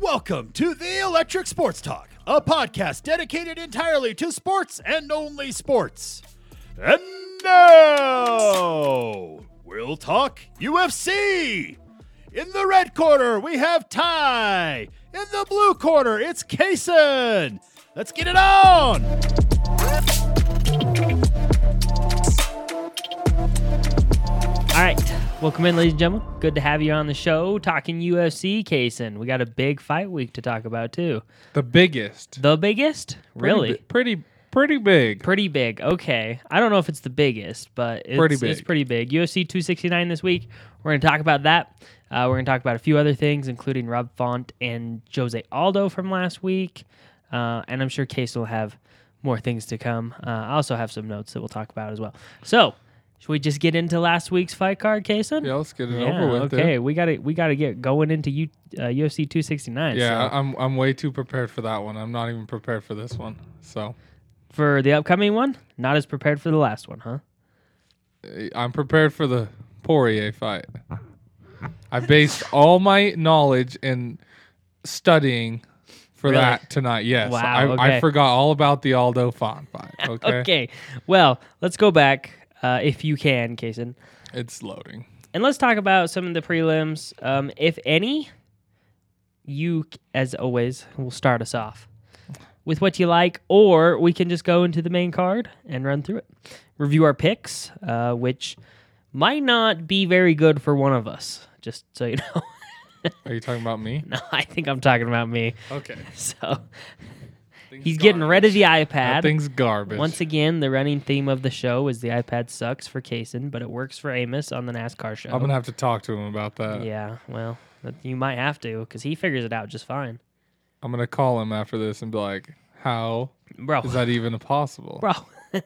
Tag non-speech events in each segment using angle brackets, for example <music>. Welcome to the Electric Sports Talk, a podcast dedicated entirely to sports and only sports. And now we'll talk UFC. In the red corner, we have Ty. In the blue corner, it's Kason. Let's get it on. All right. Welcome in, ladies and gentlemen. Good to have you on the show talking UFC, Kason. We got a big fight week to talk about, too. The biggest. The biggest? Pretty Really? bi- Pretty pretty big. Pretty big. Okay. I don't know if it's the biggest, but it's Pretty it's big. pretty big. UFC 269 this week. We're going to talk about that. Uh, we're going to talk about a few other things, including Rob Font and Jose Aldo from last week. Uh, and I'm sure Case will have more things to come. Uh, I also have some notes that we'll talk about as well. So, should we just get into last week's fight card, Kason? yeah, let's get it Yeah, over with. dude. okay, we got to we got to get going into U, uh, UFC 269. Yeah, so. I'm I'm way too prepared for that one. I'm not even prepared for this one. So for the upcoming one, not as prepared for the last one, huh? uh, I'm prepared for the Poirier fight. I based <laughs> all my knowledge and studying for Really? that tonight. Yes. Wow, I, okay. I forgot all about the Aldo Font <laughs> fight. Okay. Okay. Well, let's go back uh, if you can, Kason, It's loading. and let's talk about some of the prelims, um, if any. You, as always, will start us off with what you like, or we can just go into the main card and run through it. Review our picks, uh, which might not be very good for one of us. Just so you <laughs> know. Are you talking about me? No, <laughs> I think I'm talking about me. <laughs> Okay. So he's getting rid of the That iPad. thing's garbage. Once again, the running theme of the show is the iPad sucks for Kaysen, but it works for Amos on the NASCAR show. I'm gonna have to talk to him about that. yeah, well, that- you might have to because he figures it out just fine, I'm gonna call him after this and be like, "How bro. is that even possible?" <laughs> bro. <laughs> All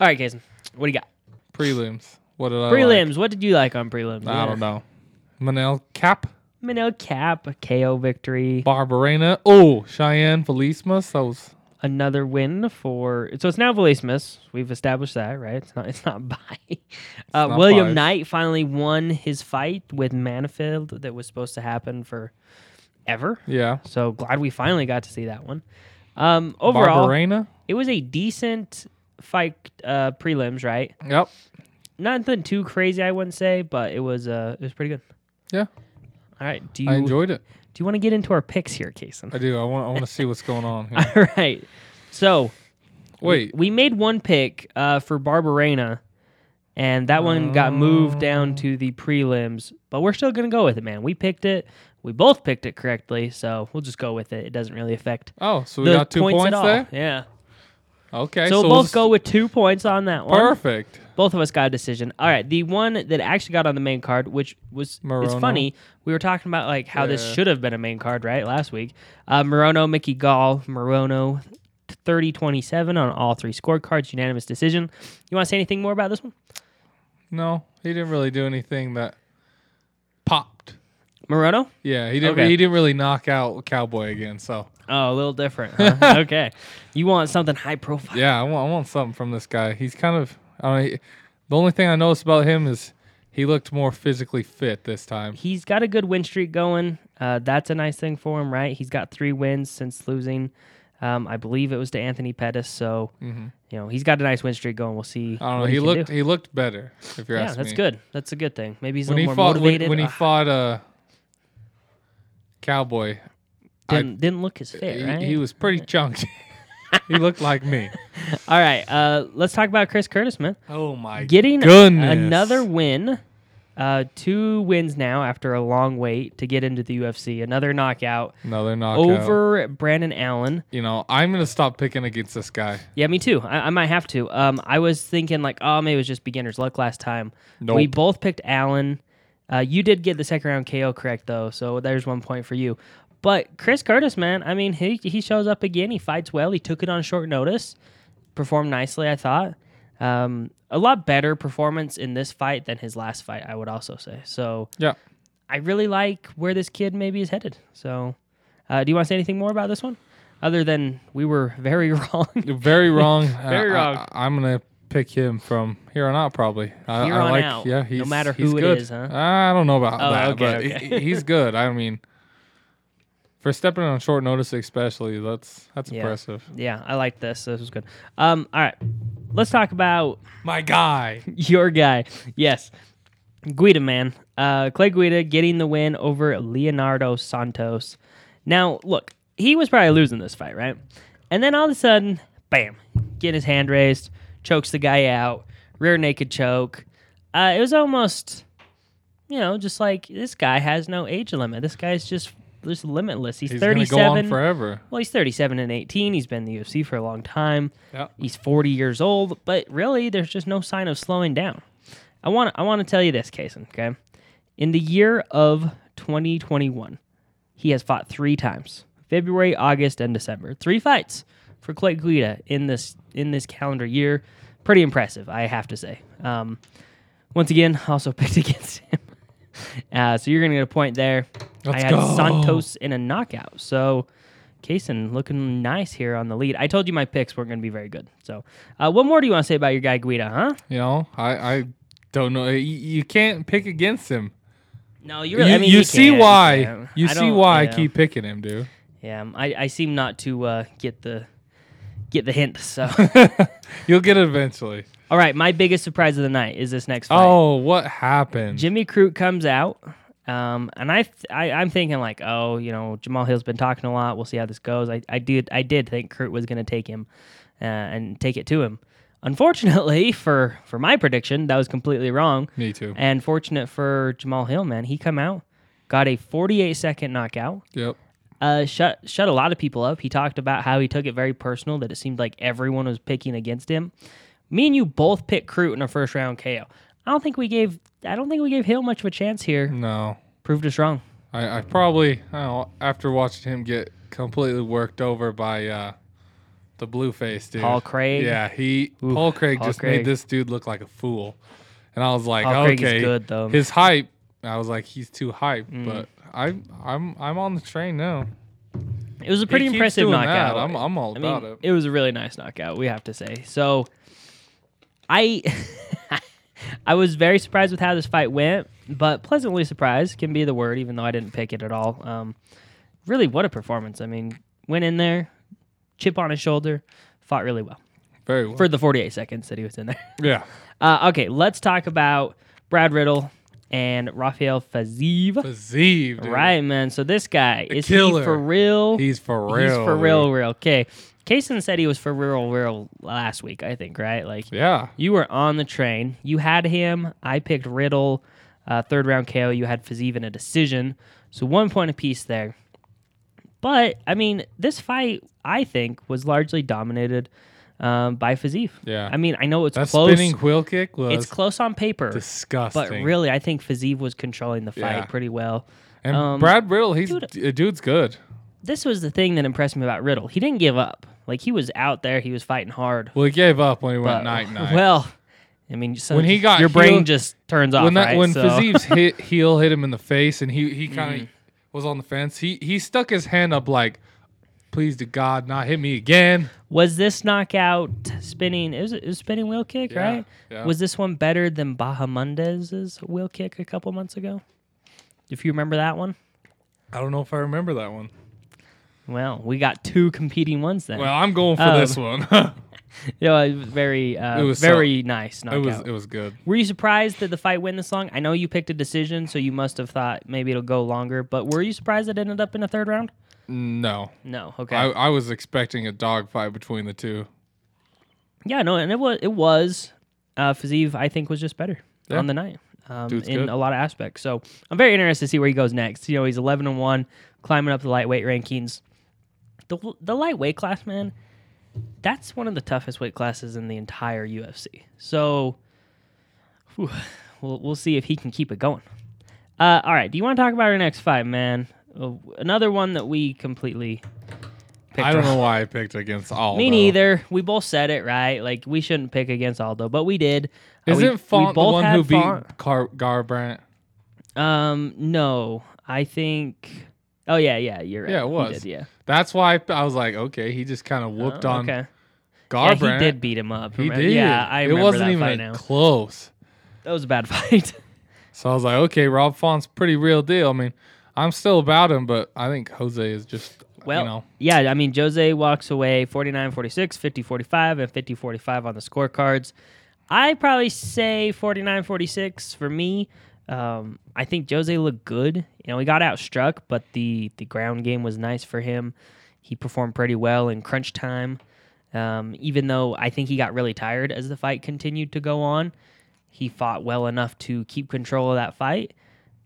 right, Kaysen, what do you got? Prelims. What did I? prelims. What did you like on prelims? Like? I don't know. Manel Cap, Manel Cap, a KO victory, Barbarena. Oh, Cheyenne Felismas. That was another win for. So it's now Velasquez. We've established that, right? It's not. It's not <laughs> by. Uh, not William by. Knight finally won his fight with Manifield that was supposed to happen for ever. yeah. So glad we finally got to see that one. Um, overall, Barbarena. it was a decent fight uh, prelims, right? Yep. Nothing too crazy, I wouldn't say, but it was uh, it was pretty good. Yeah. All right. Do you I enjoyed it. do you want to get into our picks here, Kason? <laughs> I do. I want. I want to see what's going on. Here. All right. So Wait. we made one pick uh, for Barbarena, and that one got moved down to the prelims. But we're still gonna go with it, man. We picked it. We both picked it correctly, so we'll just go with it. It doesn't really affect Oh, so we the got two points, at all. there. Yeah. Okay. So, we'll we'll both s- go with two points on that one. Perfect. Both of us got a decision. All right, the one that actually got on the main card, which was it's Morono. funny. We were talking about like how this Yeah. should have been a main card, right? Last week, uh, Morono, Mickey Gall, Morono, 30-27 on all three scorecards, unanimous decision. You want to say anything more about this one? No, he didn't really do anything that popped. <laughs> Morono? Yeah, he didn't. Okay. He didn't really knock out Cowboy again. So Oh, a little <laughs> different. huh? okay, you want something high profile? Yeah, I want, I want something from this guy. He's kind of. I don't know, he- the only thing I noticed about him is he looked more physically fit this time. he's got a good win streak going. Uh, that's a nice thing for him, right? He's got three wins since losing. Um, I believe it was to Anthony Pettis. So, you know, he's got a nice win streak going. We'll see. Mm-hmm. I don't know. what He can looked. do. He looked better. If you're Yeah, asking that's me. good. That's a good thing. Maybe he's a When he little more fought. When, motivated. Uh-huh. when he Ugh, fought uh, Cowboy, didn't, didn't look as fit, he, right? he was pretty chunked. <laughs> he looked <laughs> like me. All right. Uh, let's talk about Chris Curtis, man. Oh my. Getting Goodness. another win. Uh, two wins now after a long wait to get into the UFC. Another knockout Another knockout. over Brandon Allen. You know, I'm gonna stop picking against this guy. Yeah, me too. I, I might have to. Um, I was thinking like, oh, maybe it was just beginner's luck last time. We Nope. both picked Allen. Uh, you did get the second round KO correct though, so there's one point for you. But Chris Curtis, man, I mean, he he shows up again. He fights well. He took it on short notice, performed nicely. I thought um, a lot better performance in this fight than his last fight. I would also say. So Yeah. I really like where this kid maybe is headed. So, uh, do you want to say anything more about this one, other than we were very <laughs> wrong? You're Very wrong. <laughs> Very I- wrong. I, am gonna pick him from here on out, probably. I, Here I on like, out, Yeah, no he's matter he's who it good. is, huh? I don't know about Oh, <laughs> that, okay, but okay. he- he's good. I mean, For stepping on short notice, especially, that's that's Yeah. impressive. Yeah, I like this. This was good. Um, all right, let's talk about <laughs> My guy. your guy. Yes, Guida, man. Uh, Clay Guida getting the win over Leonardo Santos. Now, look, he was probably losing this fight, right? And then all of a sudden, bam, getting his hand raised, chokes the guy out, rear naked choke. Uh, it was almost, you know, just like this guy has no age limit. This guy's just just limitless. He's, He's gonna go on 37. forever. well, he's 37 and 18. He's been in the UFC for a long time. Yeah. He's 40 years old, but really, there's just no sign of slowing down. I want I want to tell you this, Kason. Okay, in the year of 2021, he has fought three times: February, August, and December. Three fights for Clay Guida in this in this calendar year. Pretty impressive, I have to say. Um, once again, <laughs> also picked against him. Uh, so you're gonna get a point there. Let's I had go. Santos in a knockout. So Kaysen looking nice here on the lead. I told you my picks weren't gonna be very good. So uh, what more do you want to say about your guy Guida, huh? You know, I, I don't know. You, you can't pick against him. No, you You, really I mean, you you see can't, why. can't. You I see don't- why yeah. I keep picking him, dude. Yeah, um, I, I seem not to uh, get the get the hint. So <laughs> You'll get it eventually. all right, my biggest surprise of the night is this next fight. Oh, what happened? Jimmy Crute comes out, um, and I, th- I I'm thinking like, oh, you know, Jamal Hill's been talking a lot. We'll see how this goes. I, I did I did think Crute was going to take him, uh, and take it to him. Unfortunately <laughs> for for my prediction, that was completely wrong. Me too. And fortunate for Jamal Hill, man, he come out, got a 48 second knockout. Yep. Uh, shut shut a lot of people up. He talked about how he took it very personal. That it seemed like everyone was picking against him. Me and you both picked Crute in a first round KO. I don't think we gave I don't think we gave Hill much of a chance here. No. Proved us wrong. I, I probably I don't know, after watching him get completely worked over by uh, the blue face dude. Paul Craig. Yeah, he Oof, Paul Craig Paul just Craig. made this dude look like a fool, and I was like, Paul okay, Craig is good, though. Mm. his hype. I was like, he's too hype, but I'm I'm I'm on the train now. It was a pretty keeps impressive doing that. knockout. I'm- I'm all I about mean, it. It was a really nice knockout, we have to say. So I <laughs> I was very surprised with how this fight went, but pleasantly surprised can be the word, even though I didn't pick it at all. Um, really, what a performance! I mean, went in there, chip on his shoulder, fought really well Very well. for the 48 seconds that he was in there. <laughs> yeah, Uh, okay, let's talk about Brad Riddle and Rafael Fazeev. Fazeev, dude. Right, man. So this guy is he killer. for real? He's for real. He's for dude. real, real. Okay. Kason said he was for real, real last week, I think, right? Like, Yeah, you were on the train. You had him. I picked Riddle. Uh, third round KO. You had Fazeev in a decision. So one point apiece there. But, I mean, this fight, I think, was largely dominated um, by Fazeev. Yeah. I mean, I know it's that close. spinning wheel kick was it's close on paper. But disgusting. really, I think Fazeev was controlling the fight Yeah. pretty well. and um, Brad Riddle, he's dude- d- dude's good. this was the thing that impressed me about Riddle. He didn't give up. Like he was out there, he was fighting hard. Well, he gave up when he went but- uh, night night. Well, I mean, so When he got your brain healed- just turns off. when right? when So- <laughs> Mm. Fazeev's hit, heel hit him in the face and he, he kind of was on the fence, he he stuck his hand up like, please to God, not hit me again. was this knockout spinning? It was, it was spinning wheel kick, Yeah, right? yeah. Was this one better than Bahamundez's wheel kick a couple months ago? If you remember that one, I don't know if I remember that one. well, we got two competing ones then. Well, I'm going for Um, this one. <laughs> it yeah, it was very, uh, It was so- very nice knockout. was it was good. Were you surprised that the fight went this long? I know you picked a decision, so you must have thought maybe it'll go longer. But were you surprised it ended up in a third round? No, No. Okay. I, I was expecting a dog fight between the two. yeah. No. And it was. It was. Uh, Fazeev, I think, was just better Yeah. on the night um, in Dude's good. a lot of aspects. So I'm very interested to see where he goes next. You know, he's 11 and one, climbing up the lightweight rankings. The the lightweight class, man, that's one of the toughest weight classes in the entire UFC. So whew, we'll we'll see if he can keep it going. Uh, all right. Do you want to talk about our next fight, man? Uh, another one that we completely. Picked I don't wrong. know why I picked against all. Me neither. We both said it right. Like we shouldn't pick against Aldo, but we did. Uh, we- Isn't Font we the both one had who Font. beat Car- Garbrandt? Um, no, I think. Oh yeah, yeah, you're right. Yeah, it He was. did, yeah, That's why I, I was like, okay, he just kind of whooped Oh, on Okay. Yeah, Garbrandt. he did beat him up. He remember? did. Yeah, I it remember wasn't that even fight a now. close. That was a bad <laughs> fight. So I was like, okay, Rob Font's pretty real deal. I mean, I'm still about him, but I think Jose is just Well, you know yeah, I mean, Jose walks away 49 46, 50 45, and 50 45 on the scorecards. I probably say 49 46 for me. Um, I think Jose looked good. You know, he got outstruck, but the, the ground game was nice for him. He performed pretty well in crunch time. Um, even though I think he got really tired as the fight continued to go on, he fought well enough to keep control of that fight.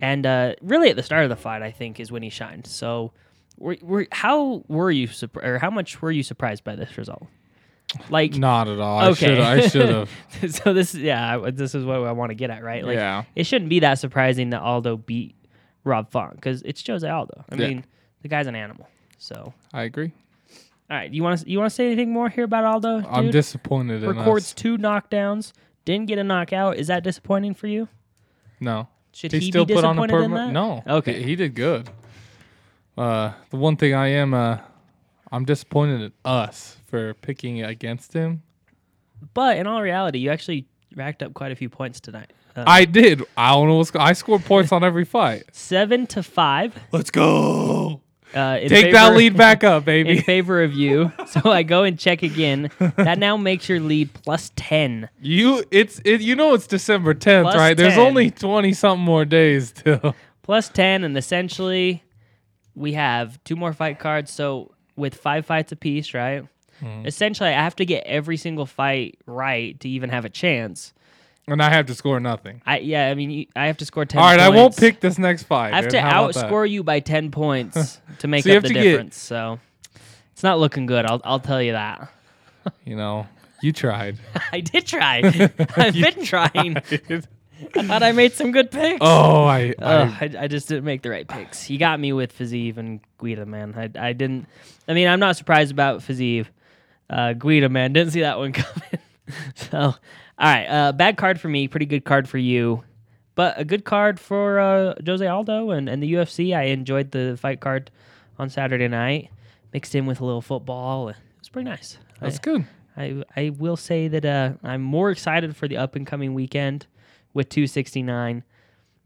And uh, really, at the start of the fight, I think is when he shined. So, were, were, how were you surprised, or how much were you surprised by this result? Like, not at all. okay, I should <laughs> have. so this, yeah, I- this is what I want to get at, right? Like, Yeah. it shouldn't be that surprising that Aldo beat Rob Font because it's Jose Aldo. I Yeah. mean, the guy's an animal. So, I agree. all right, you want to you want to say anything more here about Aldo? Dude? I'm disappointed in records us. two knockdowns, didn't get a knockout. Is that disappointing for you? No, Should he, he still be put on a disappointed in perma- that? No, Okay. he, he did good. Uh, the one thing I am, uh, I'm disappointed at us for picking against him. But in all reality, you actually racked up quite a few points tonight. Uh, I did. I don't know. What's, I scored points on every fight. seven to five. Let's go. Uh, in Take that favor- lead <laughs> back up, in baby. favor of you. <laughs> So I go and check again. That now makes your lead plus ten. You, it's, it, you know, it's December 10th, Plus right? There's 10. only 20 something more days till. <laughs> plus 10 and essentially we have two more fight cards so with five fights apiece right Mm-hmm. essentially i have to get every single fight right to even have a chance And I have to score nothing. i yeah i mean you, i have to score 10 All right, I won't points. pick this next fight. i have to outscore you by 10 <laughs> points to make So you up the have to get- difference so it's not looking good i'll, I'll tell you that <laughs> You know, you tried. <laughs> i did try i've been trying i thought i made some good picks oh, I, Ugh, I I, I just didn't make the right picks. You got me with Fazeev and Guida, man. I, I didn't. I mean, I'm not surprised about Fazeev. Uh, Guida, man, didn't see that one <laughs> coming. so, all right, uh, bad card for me, pretty good card for you, but a good card for uh, Jose Aldo and, and the UFC. I enjoyed the fight card on Saturday night, mixed in with a little football. It was pretty nice. that's I- good. I I will say that uh, I'm more excited for the up and coming weekend with 269.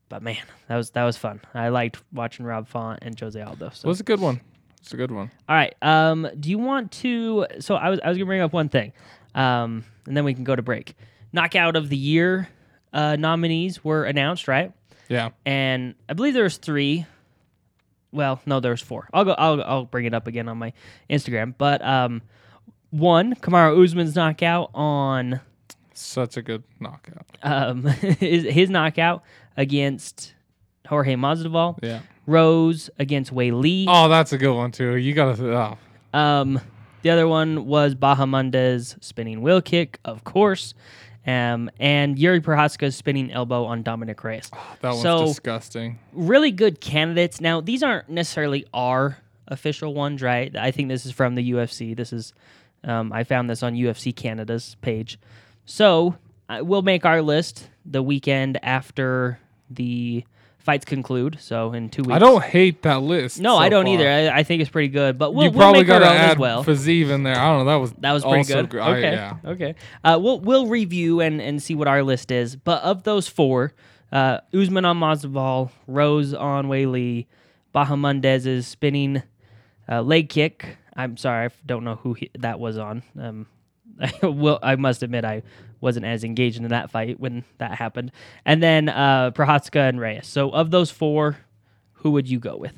But man, that was that was fun. I liked watching Rob Font and Jose Aldo. So. It was a good one. It's a good one. All right. Um, do you want to? So I was I was gonna bring up one thing, um, and then we can go to break. Knockout of the year uh, nominees were announced, right? Yeah. and I believe there was three. Well, no, there was four. I'll go. I'll I'll bring it up again on my Instagram. But um, one Kamara Usman's knockout on Such a good knockout. um <laughs> his, his knockout against Jorge Masvidal. Yeah. Rose against Wei Lee. Oh, that's a good one too. You gotta. Oh. Um, the other one was Baja Mundez spinning wheel kick, of course. Um, and Yuri Prohaska's spinning elbow on Dominic Reyes. That one's So- disgusting. really good candidates. Now, these aren't necessarily our official ones, right? I think this is from the UFC. This is, um, I found this on UFC Canada's page. So I, we'll make our list the weekend after the fights conclude. So in two weeks. I don't hate that list. No, so I don't far. either. I, I think it's pretty good, but we'll, you we'll probably make our gotta own add as well. Fazeev in there. I don't know. That was That was pretty also good. gr- I- okay. yeah. Okay. Uh, we'll we'll review and, and see what our list is. But of those four, uh, Usman on Mazbal, Rose on Whaley, Baja Mundez is spinning uh, leg kick. I'm sorry, I f- don't know who he, that was on. Um, <laughs> I will. I must admit, I wasn't as engaged in that fight when that happened. And then uh, Prohatska and Reyes. So of those four, who would you go with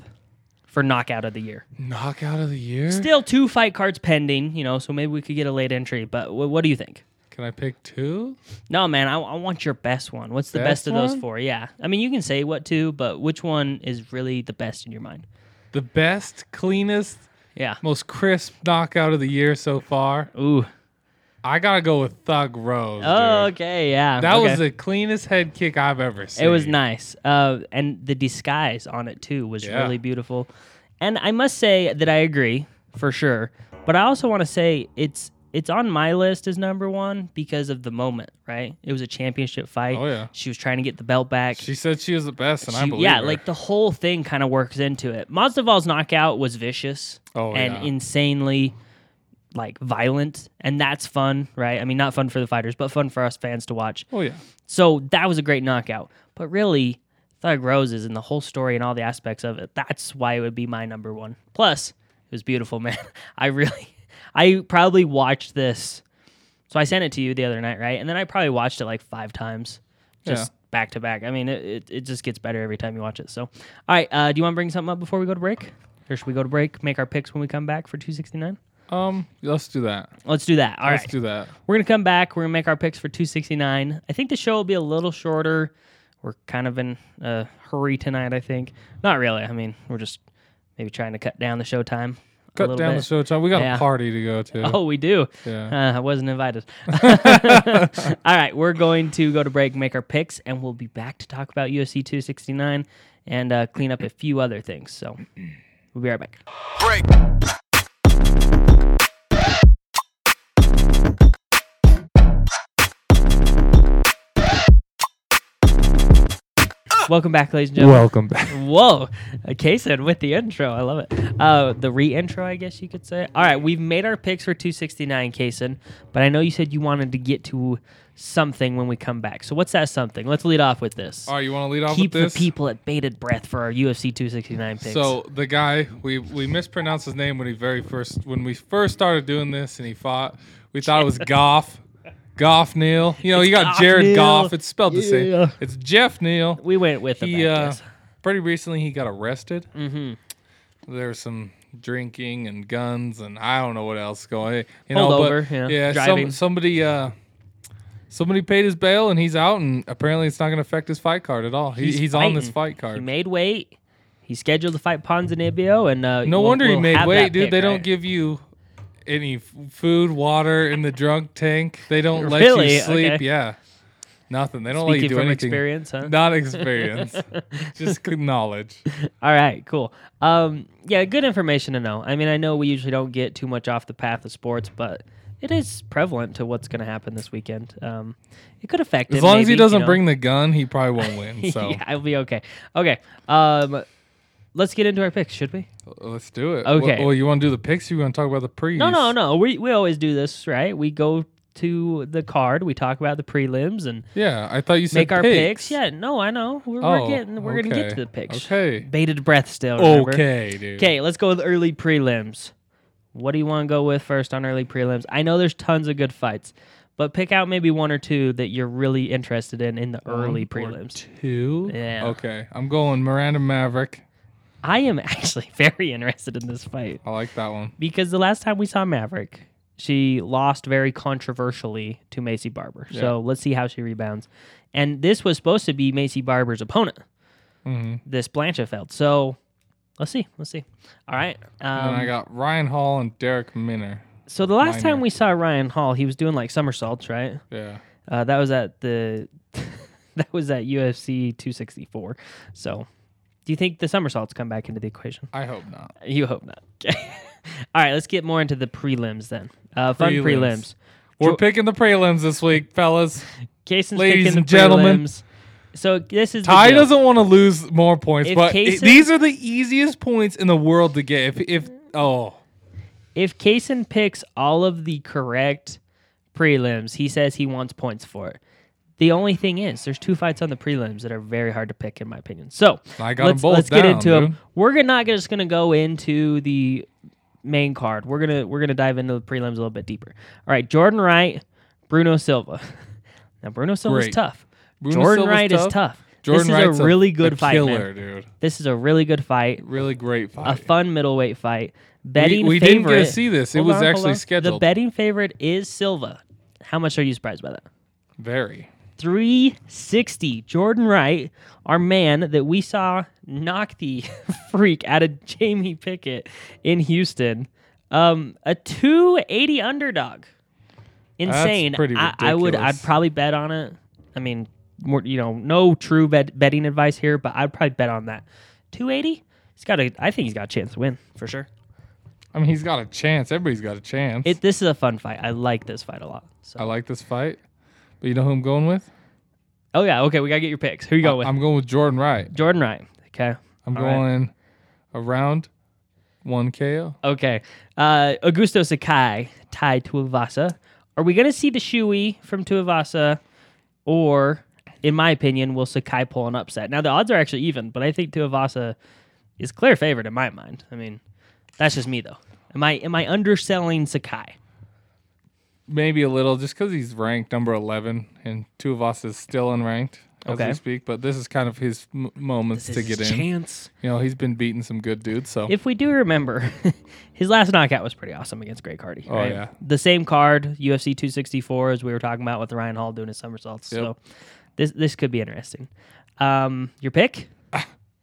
for knockout of the year? Knockout of the year. Still two fight cards pending, you know, so maybe we could get a late entry. But w- what do you think? Can I pick two? No, man, I, I want your best one. What's the best, Best of those one? four? Yeah. I mean, you can say what two, but which one is really the best in your mind? The best, cleanest, Yeah. most crisp knockout of the year so far. Ooh. I gotta go with Thug Rose. Oh, dude. okay. Yeah. That okay. was the cleanest head kick I've ever seen. It was nice. Uh, and the disguise on it too was Yeah. really beautiful. And I must say that I agree for sure. But I also want to say it's it's on my list as number one because of the moment, right? It was a championship fight. Oh, yeah. She was trying to get the belt back. She said she was the best, and I She- believe yeah, her. like the whole thing kind of works into it. Mazdaval's knockout was vicious Oh, and yeah. insanely like violent, and that's fun, right? I mean, not fun for the fighters, but fun for us fans to watch. Oh yeah. So that was a great knockout. But really, Thug Roses and the whole story and all the aspects of it. That's why it would be my number one. Plus, it was beautiful, <laughs> man. I really, I probably watched this. So I sent it to you the other night, right? And then I probably watched it like five times, just back to back. I mean, it, it, it just gets better every time you watch it. So, all right, uh, do you want to bring something up before we go to break? Or should we go to break, make our picks when we come back for 269? Um, let's do that. Let's do that. All let's right. do that. We're gonna come back. We're gonna make our picks for 269. I think the show will be a little shorter. We're kind of in a hurry tonight. I think not really. I mean, we're just maybe trying to cut down the show time. a Cut little down bit. the show time. We got Yeah. a party to <laughs> go to. Oh, we do. Yeah. Uh, I wasn't <laughs> invited. <laughs> All right, we're going to go to break, make our picks, and we'll be back to talk about UFC 269 and uh, clean up a few other things. So we'll be right back. break. Welcome back, ladies and gentlemen. Welcome back. Whoa, Kason with the intro. I love it. Uh, the re-intro, I guess you could say. All right, we've made our picks for 269, Kason, but I know you said you wanted to get to something when we come back. So what's that something? Let's lead off with this. All right, you want to lead off Keep with the this? people at bated breath for our UFC 269 picks. So the guy we we mispronounced his name when he very first when we first started doing this and he fought. We thought <laughs> it was Goff, Goff Neal. You know, you got Goff Jared Neal. Goff. It's spelled the Yeah. same. It's Jeff Neal. we went with the He uh, bad guess. pretty recently he got arrested. Mm-hmm. There was some drinking and guns and I don't know what else going. You know, Pulled but over, yeah, driving. some, somebody. Uh, Somebody paid his bail and he's out, and apparently it's not going to affect his fight card at all. He, he's, on this fighting. fight He card. made weight. He scheduled to fight Ponzinibbio, and uh, No we'll- wonder we'll he made have weight, that dude. pick, they don't right? give you any f- food, water in the drunk tank. They don't let Really? you sleep. Okay. Yeah, nothing. They don't let you Speaking do from anything. experience, huh? Not experience, <laughs> just c- knowledge. All right, cool. Um, yeah, good information to know. I mean, I know we usually don't get too much off the path of sports, but it is prevalent to what's going to happen this weekend. Um, it could affect As him, long as maybe, he you doesn't know. <laughs> bring the gun, he probably won't win. So yeah, I'll be okay. Okay, um, let's get into our picks, should we? let's do it. Okay. Well, you want to do the picks? Or you want to talk about the pre? No, no, no. We we always do this, right? We go to the card, we talk about the prelims, and Yeah, I thought you said make our picks. picks. Yeah, no, I know. We're, we're Oh, getting we're gonna get to okay. the picks. Okay. Bated breath still. Remember? Okay, dude. Okay, let's go with early prelims. What do you want to go with first on early prelims? I know there's tons of good fights, but pick out maybe one or two that you're really interested in in the early prelims. Two. Yeah. Okay, I'm going Miranda Maverick. I am <laughs> actually very interested in this fight I like that one. because the last time we saw Maverick, she lost very controversially to Macy Barber. So let's see how she rebounds. And this was supposed to be Macy Barber's opponent, this Blanchefeld. So let's see. Let's see. All right. And Um, then I got Ryan Hall and Derek Minner. So the last Minor. time we saw Ryan Hall, he was doing like somersaults, right? Yeah. Uh, that was at the <laughs> that was at UFC 264. So, do you think the somersaults come back into the equation? I hope not. You hope not. Okay. <laughs> All right, let's get more into the prelims then. Uh, fun prelims. Prelims. We're picking the prelims this week, <laughs> fellas. Jason's Ladies picking and the gentlemen. prelims. So this is the Ty deal. doesn't want to lose more points, If but i- Kasem- these are the easiest points in the world to get. If, if oh, If Kaysen picks all of the correct prelims, he says he wants points for it. The only thing is, there's two fights on the prelims that are very hard to pick, in my opinion. So I got 'em let's, both let's get down, into 'em. dude. We're gonna- not just gonna go into the main card. We're gonna we're gonna dive into the prelims a little bit deeper. All right, Jordan Wright, Bruno Silva. <laughs> Now Bruno Silva's Great. tough. Bruno Jordan Silva's Wright is tough. tough. this Jordan is Wright's a really good a fight, man. killer, dude. This is a really good fight. Really great A fight. fun middleweight fight. Betting we we didn't favorite. get to see this. It Hold was on, hold actually on. The scheduled. betting favorite is Silva. How much are you surprised by that? Very. 360. Jordan Wright, our man that we saw knock the <laughs> freak out of Jamie Pickett in Houston. Um, a 280 underdog. Insane. pretty I, I would. I'd ridiculous. probably bet on it. I mean, more, you know, no true bet, betting advice here, but I'd probably bet on that. 280. He's got a. I think he's got a chance to win for sure. I mean, he's got a chance. Everybody's got a chance. It, this is a fun fight. I like this fight a lot. So. I like this fight, but you know who I'm going with? Oh yeah, okay. We gotta get your picks. Who you going with? I'm going with Jordan Wright. Jordan Wright. Okay. I'm All right. going around one KO. Okay. Uh, Augusto Sakai tied to Tuivasa. Are we gonna see the Shui from Tuivasa, or in my opinion, will Sakai pull an upset? Now the odds are actually even, but I think Tuivasa is clear favorite in my mind. I mean, that's just me though. Am I am I underselling Sakai? Maybe a little, just because he's ranked number 11, and two of us is still unranked as Okay. we speak. But this is kind of his m- moments This to is get his in. chance. You know, he's been beating some good dudes. So If we do remember, <laughs> his last knockout was pretty awesome against Greg Hardy. Oh, right? yeah. the same card UFC 264 as we were talking about with Ryan Hall doing his somersaults. So this this could be interesting. Um, your pick?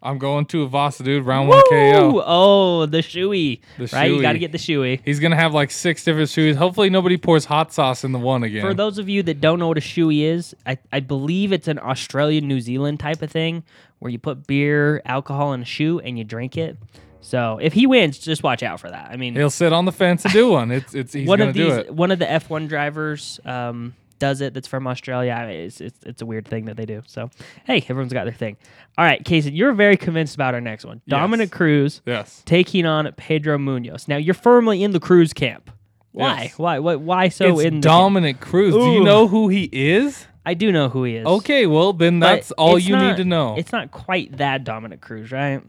I'm going to Avasa, dude. Round one KO. Woo! Oh, the shoey. The right, you got to shoey. get the shoey. He's gonna have like six different shoes. Hopefully, nobody pours hot sauce in the one again. For those of you that don't know what a shoey is, I, I believe it's an Australian New Zealand type of thing where you put beer, alcohol in a shoe and you drink it. So if he wins, just watch out for that. I mean, He'll sit on the fence and do one. It's it's he's one gonna of do these, it. one of the F one drivers um, does it. That's from Australia. I mean, it's, it's it's a weird thing that they do. So hey, everyone's got their thing. All right, Casey, you're very convinced about our next one. Dominic Cruz Yes. taking on Pedro Munoz. Now you're firmly in the Cruz camp. Why? Yes. Why? Why? Why so it's in? The camp? Dominic Cruz. Do you Ooh. know who he is? I do know who he is. Okay, well then but that's all it's you not- need to know. It's not quite that Dominic Cruz, right?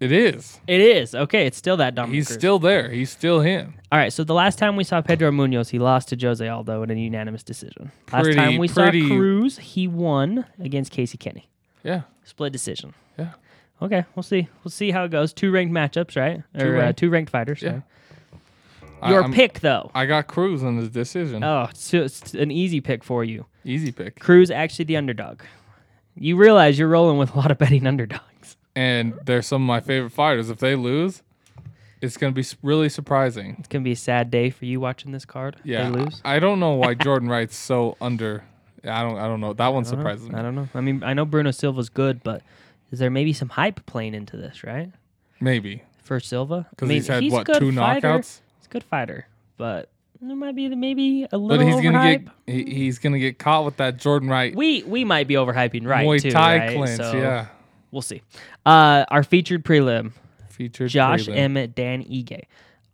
It is. It is okay. It's still that Dominic. He's Cruz. still there. He's still him. All right, so the last time we saw Pedro Munoz, he lost to Jose Aldo in a unanimous decision. last Pretty- time we pretty- saw Cruz, he won against Casey Kenny. Yeah. Split decision. Yeah. Okay, we'll see. We'll see how it goes. Two ranked matchups, right? Or two ranked, uh, ranked- two ranked fighters. Yeah. sorry. Your I, I'm- pick, though. I got Cruz on his decision. oh, so it's an easy pick for you. Easy pick. Cruz actually the underdog. You realize you're rolling with a lot of betting underdogs. And they're some of my favorite fighters. If they lose, it's gonna be s- really surprising. It's gonna be a sad day for you watching this card. if Yeah. they lose. I, I don't know why Jordan Wright's so under. I don't. I don't know. That one I don't know. surprises me. I don't know. I mean, I know Bruno Silva's good, but is there maybe some hype playing into this, right? Maybe for Silva. I because mean, he's had a what good two fighter. knockouts. He's a good fighter, but there might be maybe a But little he's gonna overhype. get he, he's gonna get caught with that Jordan Wright We we might be overhyping right Muay too, Thai right? clinch. So Yeah, we'll see. Uh, our featured prelim: featured Josh prelim. Emmett, Dan Ige.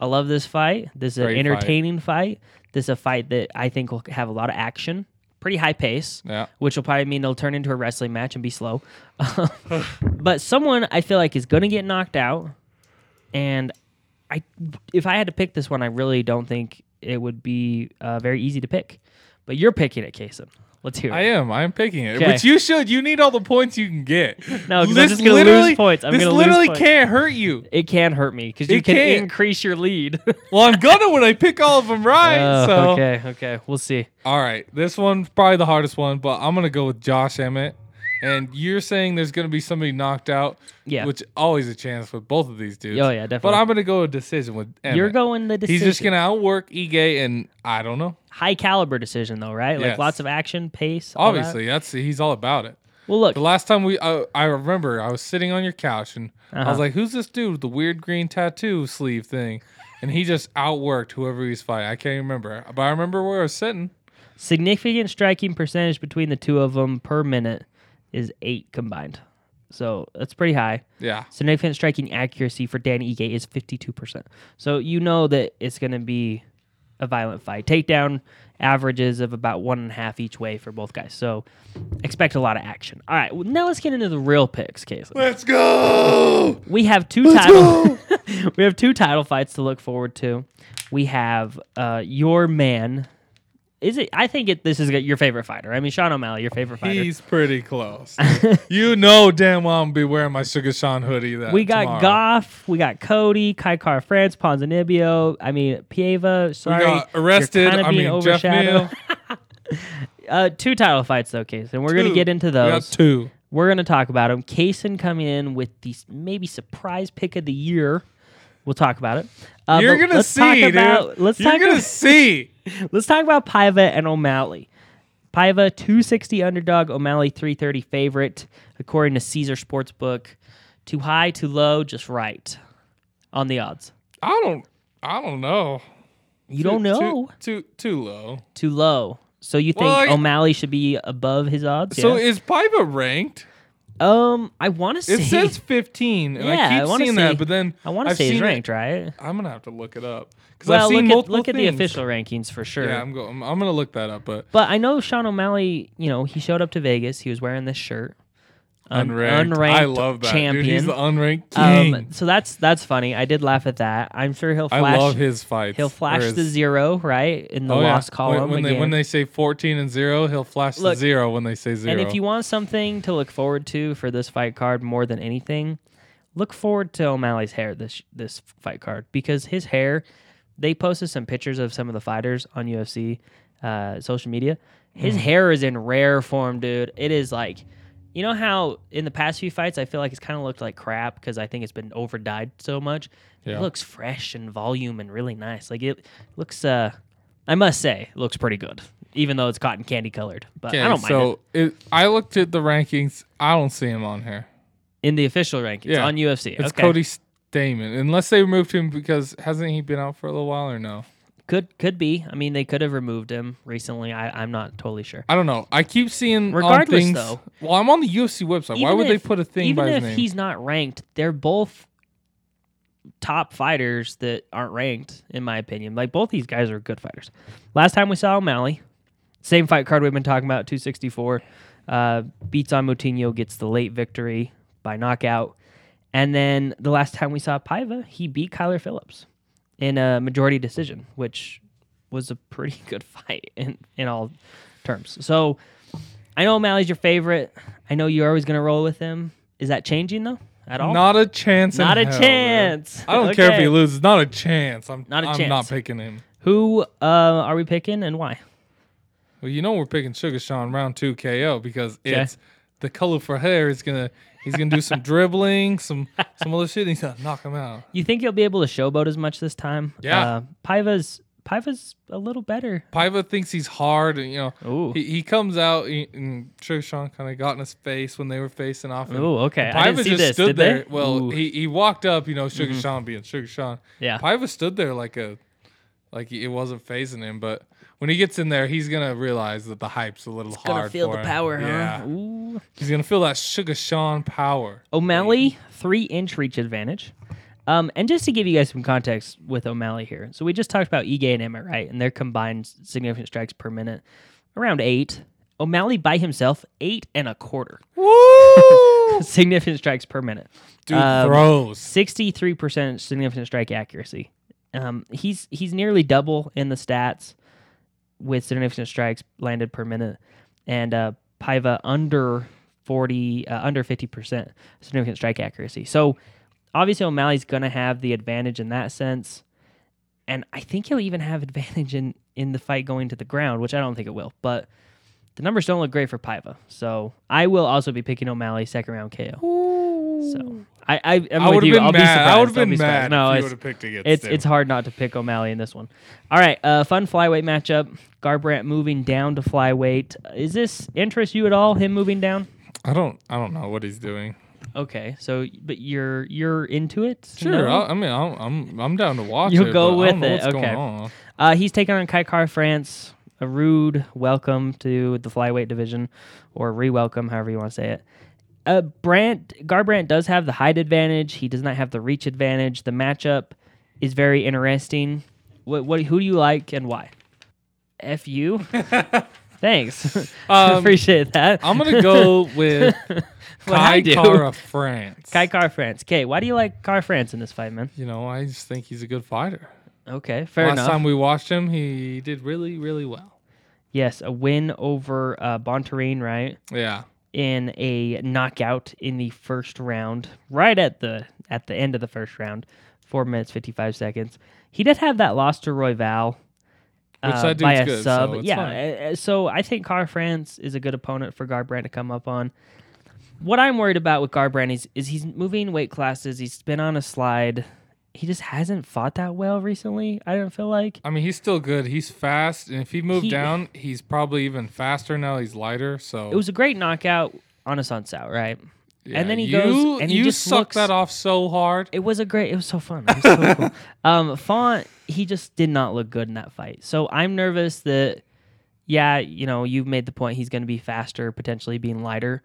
I love this fight. This is an Great fight. entertaining fight. This is a fight that I think will have a lot of action. Pretty high pace. Yeah, which will probably mean it'll turn into a wrestling match and be slow. <laughs> but someone I feel like is going to get knocked out, and I, if I had to pick this one, I really don't think it would be uh, very easy to pick. But you're picking it, Kason. Let's hear it. I am. I am picking it, Okay. which you should. You need all the points you can get. No, 'cause I'm This just gonna lose literally- points. I'm this gonna lose literally points. can't hurt you. it can hurt me because you It can, can. increase your lead. <laughs> Well, I'm gonna when I pick all of them right. Oh, so okay, okay, we'll see. all right, this one's probably the hardest one, but I'm gonna go with Josh Emmett. And you're saying there's gonna be somebody knocked out, Yeah. which always a chance with both of these dudes. Oh, yeah, But definitely. I'm gonna go a decision with Emmett. You're going the He's decision. just gonna outwork Ige, and I don't know. high caliber decision though, right? Like Yes. lots of action, pace. all that. Obviously, that's he's all about it. Well, look, The last time we, I I remember I was sitting on your couch and I Uh-huh. was like, "Who's this dude with the weird green tattoo sleeve thing?" And he just outworked whoever he was fighting. I can't remember, but I remember where I was sitting. significant striking percentage between the two of them per minute is eight combined. So that's pretty high. Yeah, Significant striking accuracy for Dan Ige is 52%. So you know that it's going to be a violent fight. Takedown averages of about one and a half each way for both guys. So expect a lot of action. All right. Well, now let's get into the real picks, Casey. let's go. We have 2 title. <laughs> we have two title fights to look forward to. We have uh, your man. Is it? I think it, this is your favorite fighter. I mean, Sean O'Malley, your favorite fighter. He's pretty close. <laughs> you know damn well I'm gonna be wearing my Sugar Sean hoodie. That we got tomorrow. Goff. We got Cody, Kaikar France, Ponzinibbio. I mean, Pieva. Sorry, got you're arrested, kinda I being mean, Jeff overshadowed. uh, two title fights though, Case, and we're going Two. gonna get into We got those. two. We're going to talk about them. Kaysen coming in with the s- maybe surprise pick of the year. We'll talk about it. Uh, You're but gonna let's see, talk dude. about, Let's You're talk gonna about, see. Let's talk about Paiva and O'Malley. Paiva 260 underdog, O'Malley 330 favorite, according to Caesar Sportsbook. Too high, too low, just right on the odds. I don't. I don't know. You don't Too- know. Too too low. Too low. So you think Well, I- O'Malley should be above his odds? So yeah? is Paiva ranked? Um, I want to say. It says 15, and Yeah, I I keep wanna seeing say- that, but then <laughs> I want to I've say he's seen it- ranked, right? I'm gonna have to look it up because Well, I've look, seen at, multiple. look at the things. official rankings for sure. Yeah, I'm going. I'm, I'm gonna look that up, but But I know Sean O'Malley. You know, he showed up to Vegas. He was wearing this shirt. Um, unranked. I unranked love that. champion. Dude, he's the unranked king. Um, so that's that's funny. I did laugh at that. I'm sure he'll I flash. love his fights. He'll flash or his- the zero right in the Oh, yeah. lost When- column when again. they when they say 14 and zero, he'll flash the Look, zero when they say zero. And if you want something to look forward to for this fight card more than anything, look forward to O'Malley's hair this this fight card because his hair. They posted some pictures of some of the fighters on UFC uh, social media. His Hmm. hair is in rare form, dude. It is like, you know how in the past few fights I feel like it's kind of looked like crap because I think it's been over dyed so much. Yeah. It looks fresh and volume and really nice. Like it looks. uh I must say, it looks pretty good, even though it's cotton candy colored. But okay, I don't mind it. so it. I looked at the rankings. I don't see him on here. In the official rankings Yeah. on UFC. It's okay. Cody Stamen, unless they removed him because hasn't he been out for a little while or no? Could could be. I mean, they could have removed him recently. I, I'm not totally sure. I don't know. I keep seeing Regardless, on things, though, Well, I'm on the UFC website. Why Even would they if- put a thing Even by if his name? he's not ranked, they're both top fighters that aren't ranked, in my opinion. Like both these guys are good fighters. Last time we saw O'Malley, same fight card we've been talking about, 264. Uh, beats on Moutinho, gets the late victory by knockout. And then the last time we saw Paiva, he beat Kyler Phillips in a majority decision, which was a pretty <laughs> good fight in, in all terms. So I know O'Malley's your favorite. I know you're always going to roll with him. Is that changing, though, at all? Not a chance. in Not a hell, dude. chance. I don't care if Okay. he loses. Not a chance. I'm Not a I'm chance. not picking him. Who uh, are we picking and why? Well, you know we're picking Sugar Sean round two KO because Okay. it's the color for hair is gonna he's gonna <laughs> do some dribbling, some some other shit. And he's gonna knock him out. You think you'll be able to showboat as much this time? Yeah. Uh, Paiva's Paiva's a little better. Paiva thinks he's hard, and you know Ooh. he, he comes out he- and Sugar Sean kind of got in his face when they were facing off. and Ooh, okay. I Paiva didn't see just this. stood did there. They? Well, Ooh. Mm-hmm. he, he walked up, you know, Sugar Sean being Sugar Sean. yeah. Paiva stood there like a like it wasn't phasing him, but when he gets in there, he's gonna realize that the hype's a little Gonna hard. feel for the him. power, Yeah, huh? Ooh. he's gonna feel that Sugar Sean power. O'Malley, three inch reach advantage. Um, and just to give you guys some context with O'Malley here, so we just talked about Ige and Emmett, right? And their combined significant strikes per minute, around eight. O'Malley by himself, eight and a quarter <laughs> Woo! significant strikes per minute. Dude Um, throws. Sixty-three percent significant strike accuracy. Um, he's he's nearly double in the stats with significant strikes landed per minute, and uh, Paiva under forty, uh, under fifty percent significant strike accuracy. So obviously O'Malley's gonna have the advantage in that sense, and I think he'll even have <laughs> advantage in in the fight going to the ground, which I don't think it will, but. The numbers don't look great for Paiva, so I will also be picking O'Malley second round KO. So I, I, I'm I with would have you. been I'll be mad. surprised. I would have I'll been be surprised. mad. No, if you it's would have picked against it's him. it's hard not to pick O'Malley in this one. All right, uh, fun flyweight matchup. Garbrandt moving down to flyweight. Is this interest you at all? Him moving down? I don't. I don't know what he's doing. Okay, so but you're you're into it? Sure. No? I, I mean, I'm, I'm I'm down to watch. You'll it, go but I don't with know it, What's okay. Going on. Uh, he's taking on Kaikar France. A rude welcome to the flyweight division, or re-welcome, however you want to say it. Uh, Brandt Garbrandt does have the height advantage. He does not have the reach advantage. The matchup is very interesting. What, what who do you like and why? F <laughs> you. Thanks, <laughs> Um, appreciate that. I'm gonna go with <laughs> What I Kai do. Kara France. <laughs> Kaikar France. Okay, why do you like Car France in this fight, man? You know, I just think he's a good fighter. Okay, fair Last enough. time we watched him, he did really, really well. yes, a win over uh, Bontarine, right? Yeah. in a knockout in the first round, right at the at the end of the first round, four minutes fifty five seconds. He did have that loss to Roy Val Which uh, that dude's by a good, so sub. it's fine. yeah, uh, uh, so I think Car France is a good opponent for Garbrandt to come up on. What I'm worried about with Garbrandt is is he's moving weight classes. He's been on a slide. He just hasn't fought that well recently. I don't feel like. I mean, he's still good. He's fast, and if he moved He- down, he's probably even faster now. He's lighter, so It was a great knockout on a sunset, right? Yeah, and then he you, goes and he you just suck looks- that off so hard. It was a great. It was so fun. It was so cool. Um, Font, he just did not look good in that fight. So I'm nervous that, yeah, you know, you've made the point he's going to be faster, potentially being lighter.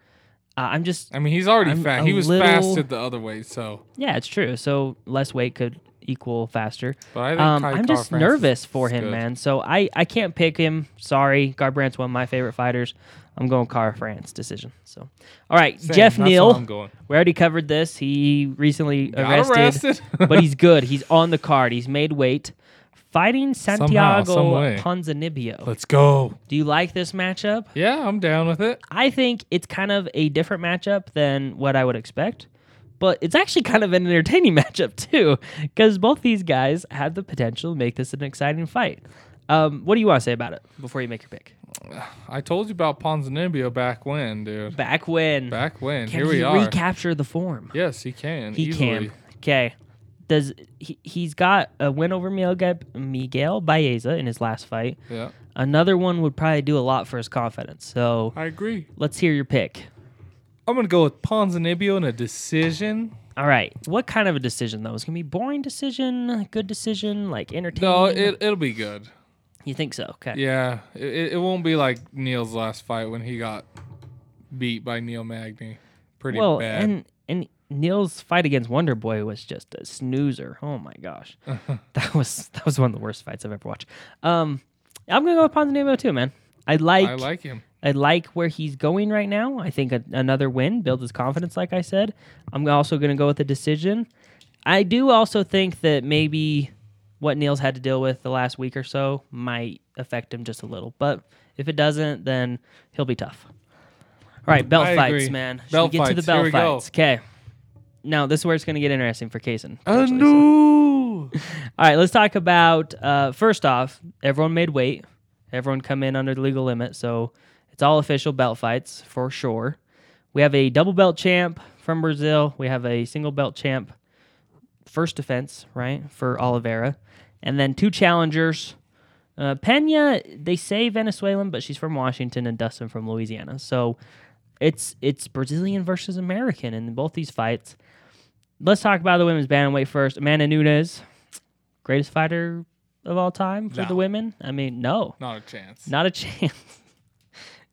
Uh, I'm just I mean, he's already I'm fat. a He was little- fasted the other way, so. yeah, it's true. So less weight could equal faster. But I think Um, Ty I'm Cobb just Francis nervous for is him, good. man. So I, I can't pick him. Sorry, Garbrandt's one of my favorite fighters. I'm going Car France decision. So, all right, Same, Jeff that's how Neal. I'm going. We already covered this. He recently Got arrested, arrested. <laughs> but he's good. He's on the card. He's made weight, fighting Santiago some way. Ponzinibbio. Let's go. Do you like this matchup? Yeah, I'm down with it. I think it's kind of a different matchup than what I would expect, but it's actually kind of an entertaining <laughs> matchup too, because both these guys have the potential to make this an exciting fight. Um, what do you want to say about it before you make your pick? I told you about Ponzinibbio back when, dude. Back when? Back when. can Here he we are. recapture the form? Yes, he can. he easily. can. Okay. Does he, he's got a win over Miguel Gab- Miguel Baeza in his last fight? Yeah, Another one would probably do a lot for his confidence. So I agree. let's hear your pick. I'm gonna go with Ponzinibbio in a decision. All right. What kind of a decision though? Is it gonna be boring decision, good decision, like entertaining? No, it it'll be good. you think so? Okay. Yeah, it, it- it won't be like Neil's last fight when he got beat by Neil Magny, pretty well, bad. and and Neil's fight against Wonder Boy was just a snoozer. Oh my <laughs> gosh, that was that was one of the worst fights I've ever watched. Um, I'm gonna go with Ponzinibbio too, man. I like, I like him. I like where he's going right now. I think a, another win builds his confidence, like I said. I'm also going to go with a decision. I do also think that maybe what Neil's had to deal with the last week or so might affect him just a little. But if it doesn't, then he'll be tough. All right, belt I fights, agree. man. Should Belt we get to the fights. Here belt we go. fights. Okay. Now, this is where it's going to get interesting for Kaysen. I potentially, so- all right, let's talk about uh, first off, everyone made weight. Everyone come in under the legal limit, so it's all official belt fights for sure. We have a double belt champ from Brazil. We have a single belt champ, first defense, right, for Oliveira. And then two challengers. Uh, Pena, they say Venezuelan, but she's from Washington and Dustin from Louisiana. So it's it's Brazilian versus American in both these fights. Let's talk about the women's bantamweight first. Amanda Nunes, greatest fighter of all time for No. the women. I mean, no, Not a chance. not a <laughs> chance.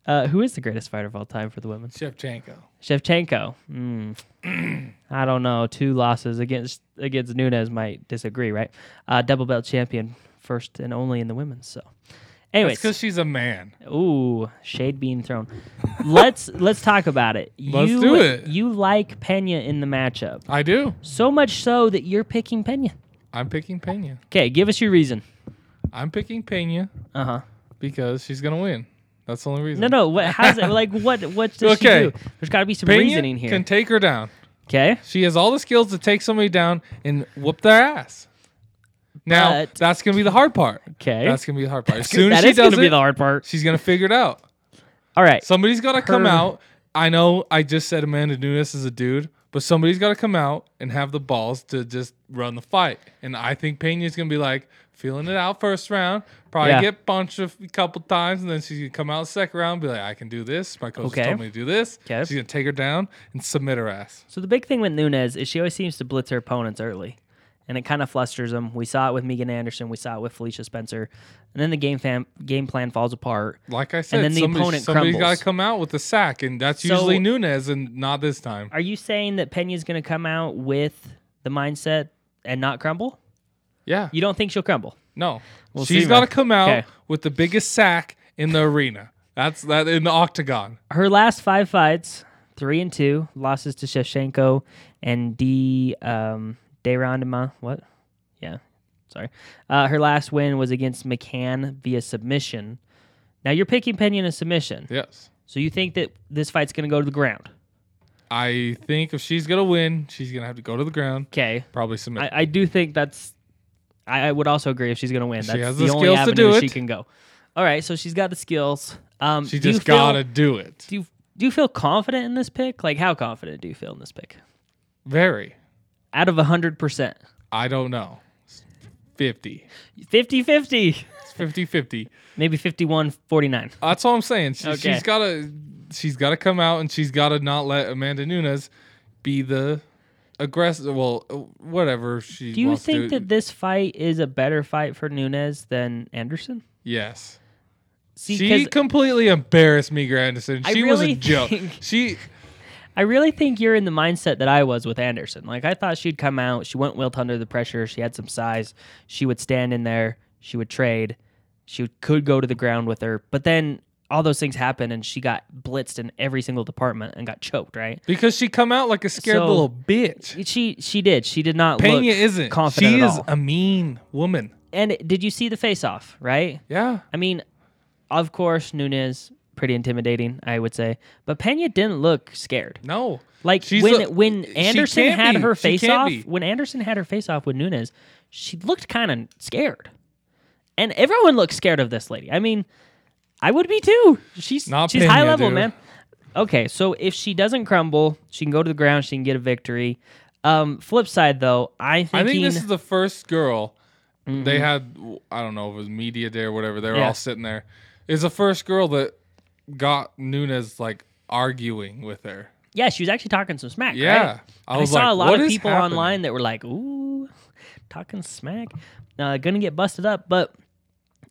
Uh, who is the greatest fighter of all time for the women? Shevchenko. Shevchenko. Mm. <clears throat> I don't know. Two losses against against Nunes might disagree, right? Uh, double belt champion, first and only in the women's. So, It's anyways, because she's a man. ooh, shade being thrown. <laughs> let's let's talk about it. Let's you, do it. You like Pena in the matchup I do. so much so that you're picking Pena. I'm picking Pena. Okay, give us your reason. I'm picking Pena Uh huh. because she's gonna win. That's the only reason. No, no. What? How's it? Like, what? What does <laughs> Okay. she do? There's got to be some Pena reasoning here. can take her down. okay. She has all the skills to take somebody down and whoop their ass. Now But- that's gonna be the hard part. Okay. That's gonna be the hard part. <laughs> As soon as That she is does going it, to be the hard part. she's gonna figure it out. All right. Somebody's gotta come Her- out. I know I just said Amanda Nunes is a dude, but somebody's gotta come out and have the balls to just run the fight. And I think Pena's gonna be like feeling it out first round, probably Yeah. get punched a f- couple times, and then she's gonna come out second round, and be like, I can do this. My coach Okay. told me to do this. Okay. She's gonna take her down and submit her ass. So the big thing with Nunez is she always seems to blitz her opponents early, and it kind of flusters them. We saw it with Megan Anderson. We saw it with Felicia Spencer, and then the game fam- game plan falls apart. Like I said, then the somebody, opponent somebody's got crumbles. to come out with the sack, and that's So- usually Nunez, and not this time. Are you saying that Pena's going to come out with the mindset and not crumble? Yeah, You don't think she'll crumble? no, see, she's got to man. come out Okay. with the biggest sack in the arena. That's that in the octagon. Her last five fights, three and two losses to Shevchenko and D. Um, Derandama. What? Yeah, sorry. Uh, her last win was against McCann via submission. Now you're picking Pena in a submission. Yes, So you think that this fight's going to go to the ground? I think if she's gonna win, she's gonna have to go to the ground, Okay. probably submit. I, I do think that's. I, I would also agree if she's going to win. That's has the, the only skills to avenue do she it. can go. All right, so she's got the skills. Um, she do you just feel- gotta do it. Do you, do you feel confident in this pick? Like, how confident do you feel in this pick? Very. Out of hundred percent, I don't know. 50. 50-50. It's 50 50. maybe 51-49. That's all I'm saying. She, Okay. She's gotta she's gotta come out and she's gotta not let Amanda Nunes be the aggressive. Well, whatever she. Do you wants think to, that this fight is a better fight for Nunez than Anderson? Yes. See, She because completely embarrassed me, Anderson. I She was a really joke. think- She I really think you're in the mindset that I was with Anderson. Like I thought she'd come out, she wouldn't wilt under the pressure, she had some size, she would stand in there, she would trade, she would- could go to the ground with her. But then all those things happened and she got blitzed in every single department and got choked, right? Because she come out like a scared So- little bitch. She she did. She did not look Pena isn't. confident she at is all. a mean woman. And did you see the face off, right? Yeah. I mean, of course Nunez pretty intimidating, I would say. But Pena didn't look scared. No. Like She's when a- when she Anderson can't had be. her She face can't off, be. when Anderson had her face off with Nunez, she looked kind of scared, and everyone looked scared of this lady. I mean, I would be too. She's Not she's high Pena, level, dude. man. Okay, so if she doesn't crumble, she can go to the ground. She can get a victory. Um, flip side though, I I thinking think this is the first girl they had. I don't know if it was media day or whatever. They were Mm-hmm. Yeah. all sitting there. Is the first girl that got Nunes like arguing with her. yeah, she was actually talking some smack. Yeah, right? I I, was saw like, a lot "What of is people happening?" online that were like, "Ooh, talking smack, uh, gonna get busted up." But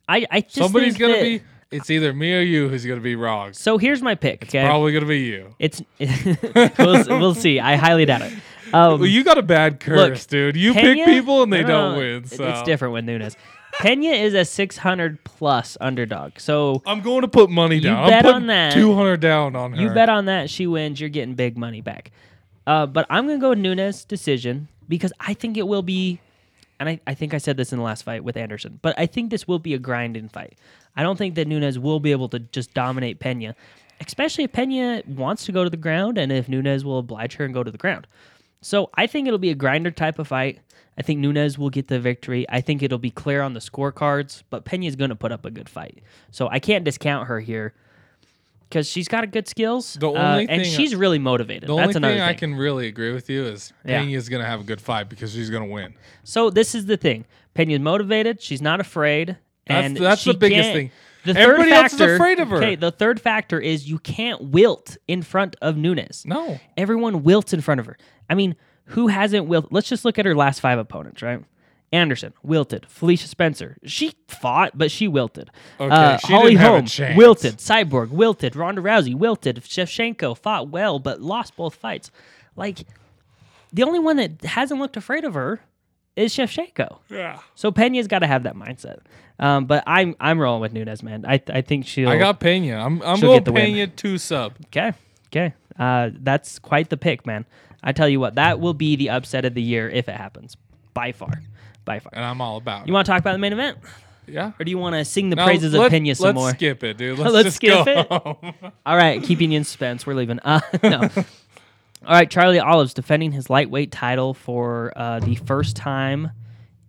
I, I just Somebody's think gonna that- be. It's either me or you who's gonna be wrong. So here's my pick. okay, Probably gonna be you. it's <laughs> we'll, we'll see. I highly doubt it. Um, <laughs> Well, you got a bad curse, dude. You Pena- pick people and they no, no, don't no, win. it- So It's different with Nunes. Pena is a 600 plus underdog. So I'm going to put money down. bet I'm on that. Two hundred down on her. you bet on that, she wins. You're getting big money back. Uh, but I'm gonna go with Nunes decision because I think it will be, and I, I think I said this in the last fight with Anderson, but I think this will be a grinding fight. I don't think that Nunes will be able to just dominate Pena, especially if Pena wants to go to the ground and if Nunes will oblige her and go to the ground. So I think it'll be a grinder type of fight. I think Nunez will get the victory. I think it'll be clear on the scorecards, but Pena's going to put up a good fight. So I can't discount her here because she's got good skills. The uh, only and thing- she's really motivated. The That's only thing, another I can really agree with you is Yeah. Pena's gonna have a good fight because she's gonna win. So this is the thing. Pena's motivated. She's not afraid. That's- and that's the she biggest can't- thing. The Everybody third else is factor, afraid of her. Okay, the third factor is you can't wilt in front of Nunes. No. Everyone wilts in front of her. I mean, who hasn't wilted? Let's just look at her last five opponents, right? Anderson wilted. Felicia Spencer, she fought, but she wilted. Uh, Okay, she didn't Holly have a Holm chance. wilted. Cyborg wilted. Ronda Rousey wilted. Shevchenko fought well, but lost both fights. Like the only one that hasn't looked afraid of her is Shevchenko. Yeah. So Pena's got to have that mindset. Um, but I'm I'm rolling with Nunes, man. I I think she'll. I got Pena. I'm I'm She'll going get the win. Pena two sub. Okay. Okay. Uh, that's quite the pick, man. I tell you what, that will be the upset of the year if it happens, by far, by far. and I'm all about. You want to talk about the main event, it. Yeah. or do you want to sing the Now, praises of let- Pena some let's more? skip <laughs> it, dude. Let's, Let's just skip go. <laughs> it? All right, keeping you in suspense, we're leaving. Uh, <laughs> no. All right, Charlie Olive's defending his lightweight title for uh, the first time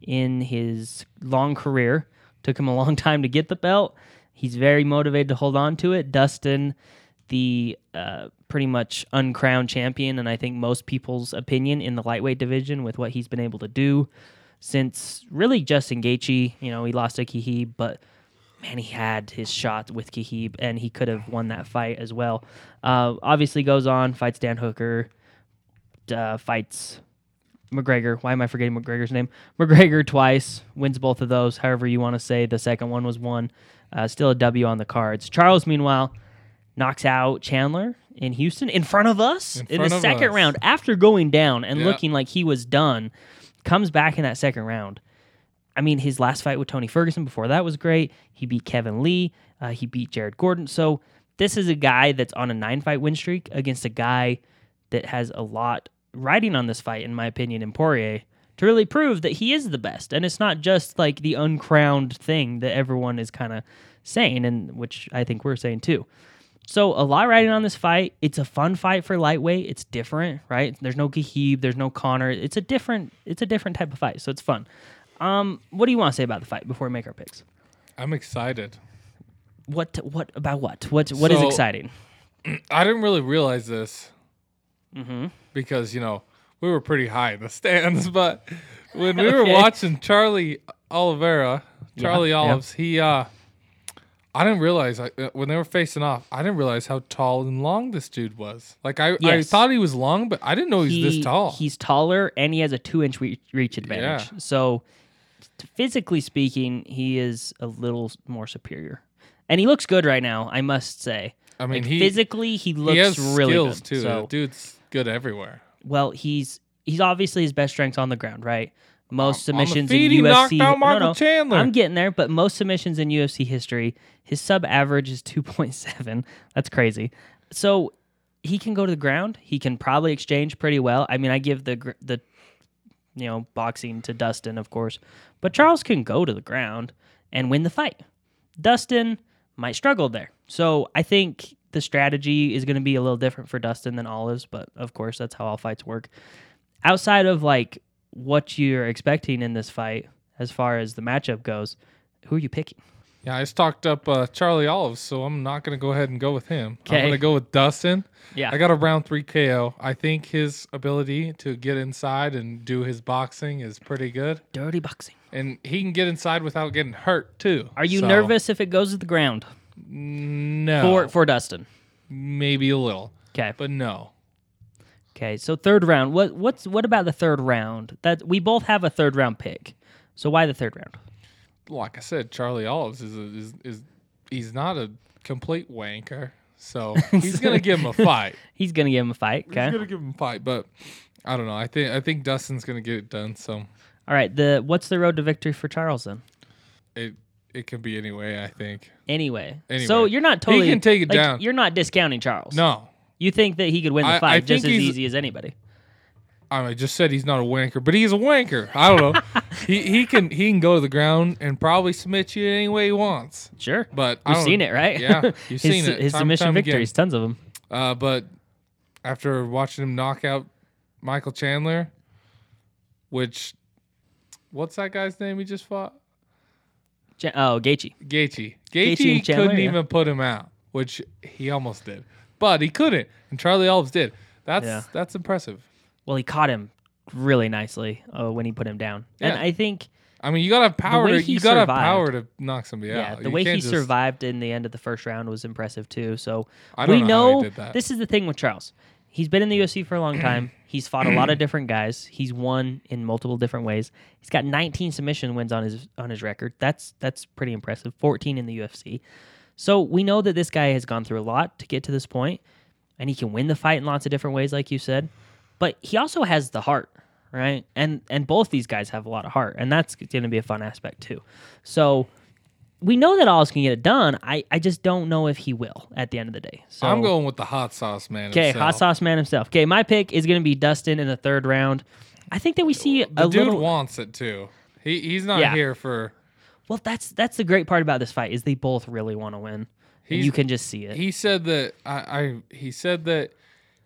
in his long career. Took him a long time to get the belt. He's very motivated to hold on to it. Dustin, the uh, pretty much uncrowned champion, and I think most people's opinion in the lightweight division with what he's been able to do since really Justin Gaethje. You know, he lost to Kihi, but man, he had his shot with Khabib, and he could have won that fight as well. Uh, obviously, goes on fights Dan Hooker, uh, fights McGregor. Why am I forgetting McGregor's name? McGregor twice wins both of those. However, you want to say the second one was won. Uh, still a W on the cards. Charles, meanwhile, knocks out Chandler in Houston in front of us in, front the of second us. round after going down and Yeah. looking like he was done. Comes back in that second round. I mean, his last fight with Tony Ferguson before that was great. He beat Kevin Lee. Uh, he beat Jared Gordon. So this is a guy that's on a nine fight win streak against a guy that has a lot riding on this fight, in my opinion, in Poirier to really prove that he is the best. And it's not just like the uncrowned thing that everyone is kind of saying, and which I think we're saying too. So a lot riding on this fight. It's a fun fight for lightweight. It's different, right? There's no Khabib, there's no Connor. It's a different, it's a different type of fight. So it's fun. Um, what do you want to say about the fight before we make our picks? I'm excited. What what about what? What what is So- exciting? I didn't really realize this Mm-hmm. because you know we were pretty high in the <laughs> stands, but when we were Okay. watching Charlie Oliveira, Charlie yeah. Olives, he uh, I didn't realize like, uh, when they were facing off, I didn't realize how tall and long this dude was. Like I, I Yes. thought he was long, but I didn't know he's He- this tall. He's taller and he has a two inch re- reach advantage. Yeah. So t- physically speaking, he is a little more superior. And he looks good right now, I must say. I mean, Like, he physically, he looks he has really skills good. too. So, The dude's good everywhere. well, he's he's obviously his best strength's on the ground, right? Most On the submissions feet, in he knocked UFC. out no, Michael no, Chandler. I'm getting there, but most submissions in UFC history, his sub average is 2.7. That's crazy. So he can go to the ground. He can probably exchange pretty well. I mean, I give the gr- the you know boxing to Dustin, of course, but Charles can go to the ground and win the fight. Dustin might struggle there. So I think the strategy is going to be a little different for Dustin than Olive's, but of course that's how all fights work. Outside of like what you're expecting in this fight as far as the matchup goes, who are you picking? Yeah, I stocked up uh, Charlie Olives, so I'm not gonna go ahead and go with him. I'm 'Kay. gonna go with Dustin. Yeah. I got a round three KO. I think his ability to get inside and do his boxing is pretty good, Dirty boxing. and he can get inside without getting hurt too. Are you So, nervous if it goes to the ground No, for for Dustin? maybe a little, Okay. but no. Okay. So third round. What what's what about the third round? That we both have a third round pick. So why the third round? Like I said, Charlie Olives is a, is is he's not a complete wanker, <laughs> so he's gonna give him a fight. He's gonna give him a fight. Okay. He's gonna give him a fight, but I don't know. I think I think Dustin's gonna get it done. So All right. The what's the road to victory for Charles then? it it can be any way. I think. Anyway. Anyway. So you're not He totally can take it like, down. You're not discounting Charles. No, You think that he could win the I- I fight just as think he's- easy as anybody. I, mean, I just said he's not a wanker, but he's a wanker. I don't <laughs> know. he he can he can go to the ground and probably submit you any way he wants. Sure. But I You've don't- seen it, right? Yeah, <laughs> you've his, seen it. His time and submission time again. victories, tons of them. Uh, but after watching him knock out Michael Chandler, which what's that guy's name he just fought? Ja- Oh, Gaethje. Gaethje. Gaethje Gaethje and Chandler, couldn't yeah. even put him out, which he almost did, but he couldn't, and Charlie Alves did. That's Yeah. that's impressive. Well, he caught him really nicely uh, when he put him down, and Yeah. I think I mean, you gotta have power. way To, he you gotta survived. have power to knock somebody yeah, out. the You way he can't just- survived in the end of the first round was impressive too. So I we don't know how he know did that. this is the thing with Charles. He's been in the UFC for a long <clears throat> time. He's fought a lot of different guys. He's won in multiple different ways. He's got 19 submission wins on his on his record. That's that's pretty impressive. 14 in the UFC. So we know that this guy has gone through a lot to get to this point, and he can win the fight in lots of different ways, like you said. But he also has the heart, right? And and both these guys have a lot of heart, and that's going to be a fun aspect too. So we know that Oz can get it done. I I just don't know if he will at the end of the day. So I'm going with the hot sauce man. Okay, himself. hot sauce man himself. Okay, my pick is going to be Dustin in the third round. I think that we see The a dude little. wants it too. He he's not Yeah. here for. well, that's that's the great part about this fight is they both really want to win. And He's- you can just see it. He said that I, I he said that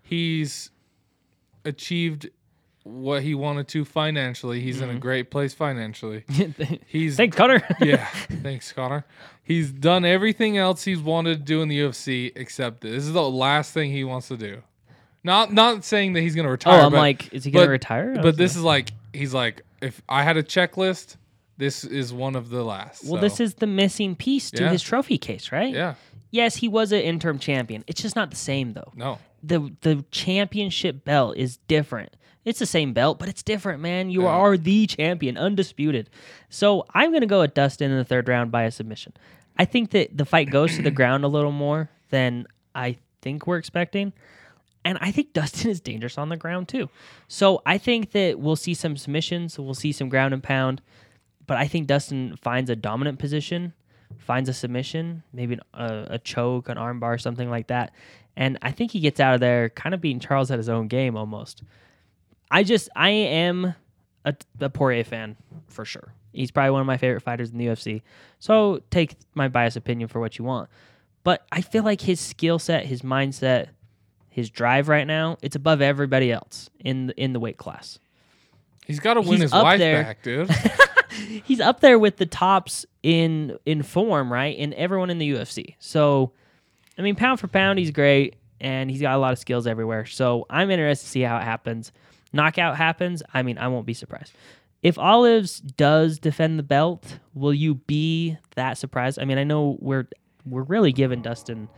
he's achieved what he wanted to financially. He's in a great place financially. He's Mm-hmm. <laughs> Thanks, Connor. <laughs> yeah. Thanks, Connor. He's done everything else he's wanted to do in the UFC except this. This is the last thing he wants to do. Not not saying that he's gonna oh, retire. I'm but- like, is he going but- to retire? I But was this is like he's like if I had a checklist, this is one of the last. like, well, this is the missing piece to Yeah. his trophy case, right? yeah. Yes, he was an interim champion. It's just not the same though. No, the the championship belt is different. It's the same belt, but it's different, man. You are the champion, undisputed. So I'm gonna go with Dustin in the third round by a submission. I think that the fight goes to the ground a little more than I think we're expecting. And I think Dustin is dangerous on the ground too. So I think that we'll see some submissions, we'll see some ground and pound. But I think Dustin finds a dominant position, finds a submission, maybe an, a, a choke, an armbar, something like that. And I think he gets out of there kind of beating Charles at his own game almost. I just, I am a, a Poirier fan for sure. He's probably one of my favorite fighters in the UFC. So take my biased opinion for what you want. But I feel like his skill set, his mindset, his drive right now, it's above everybody else in the, in the weight class. he's got to win He's his up wife there. back, <laughs> dude. he's up there with the tops in in form, right? And everyone in the UFC. So, I mean, pound for pound, he's great, and he's got a lot of skills everywhere. So I'm interested to see how it happens. Knockout happens. I mean, I won't be surprised. If Olives does defend the belt, will you be that surprised? I mean, I know we're we're really giving Dustin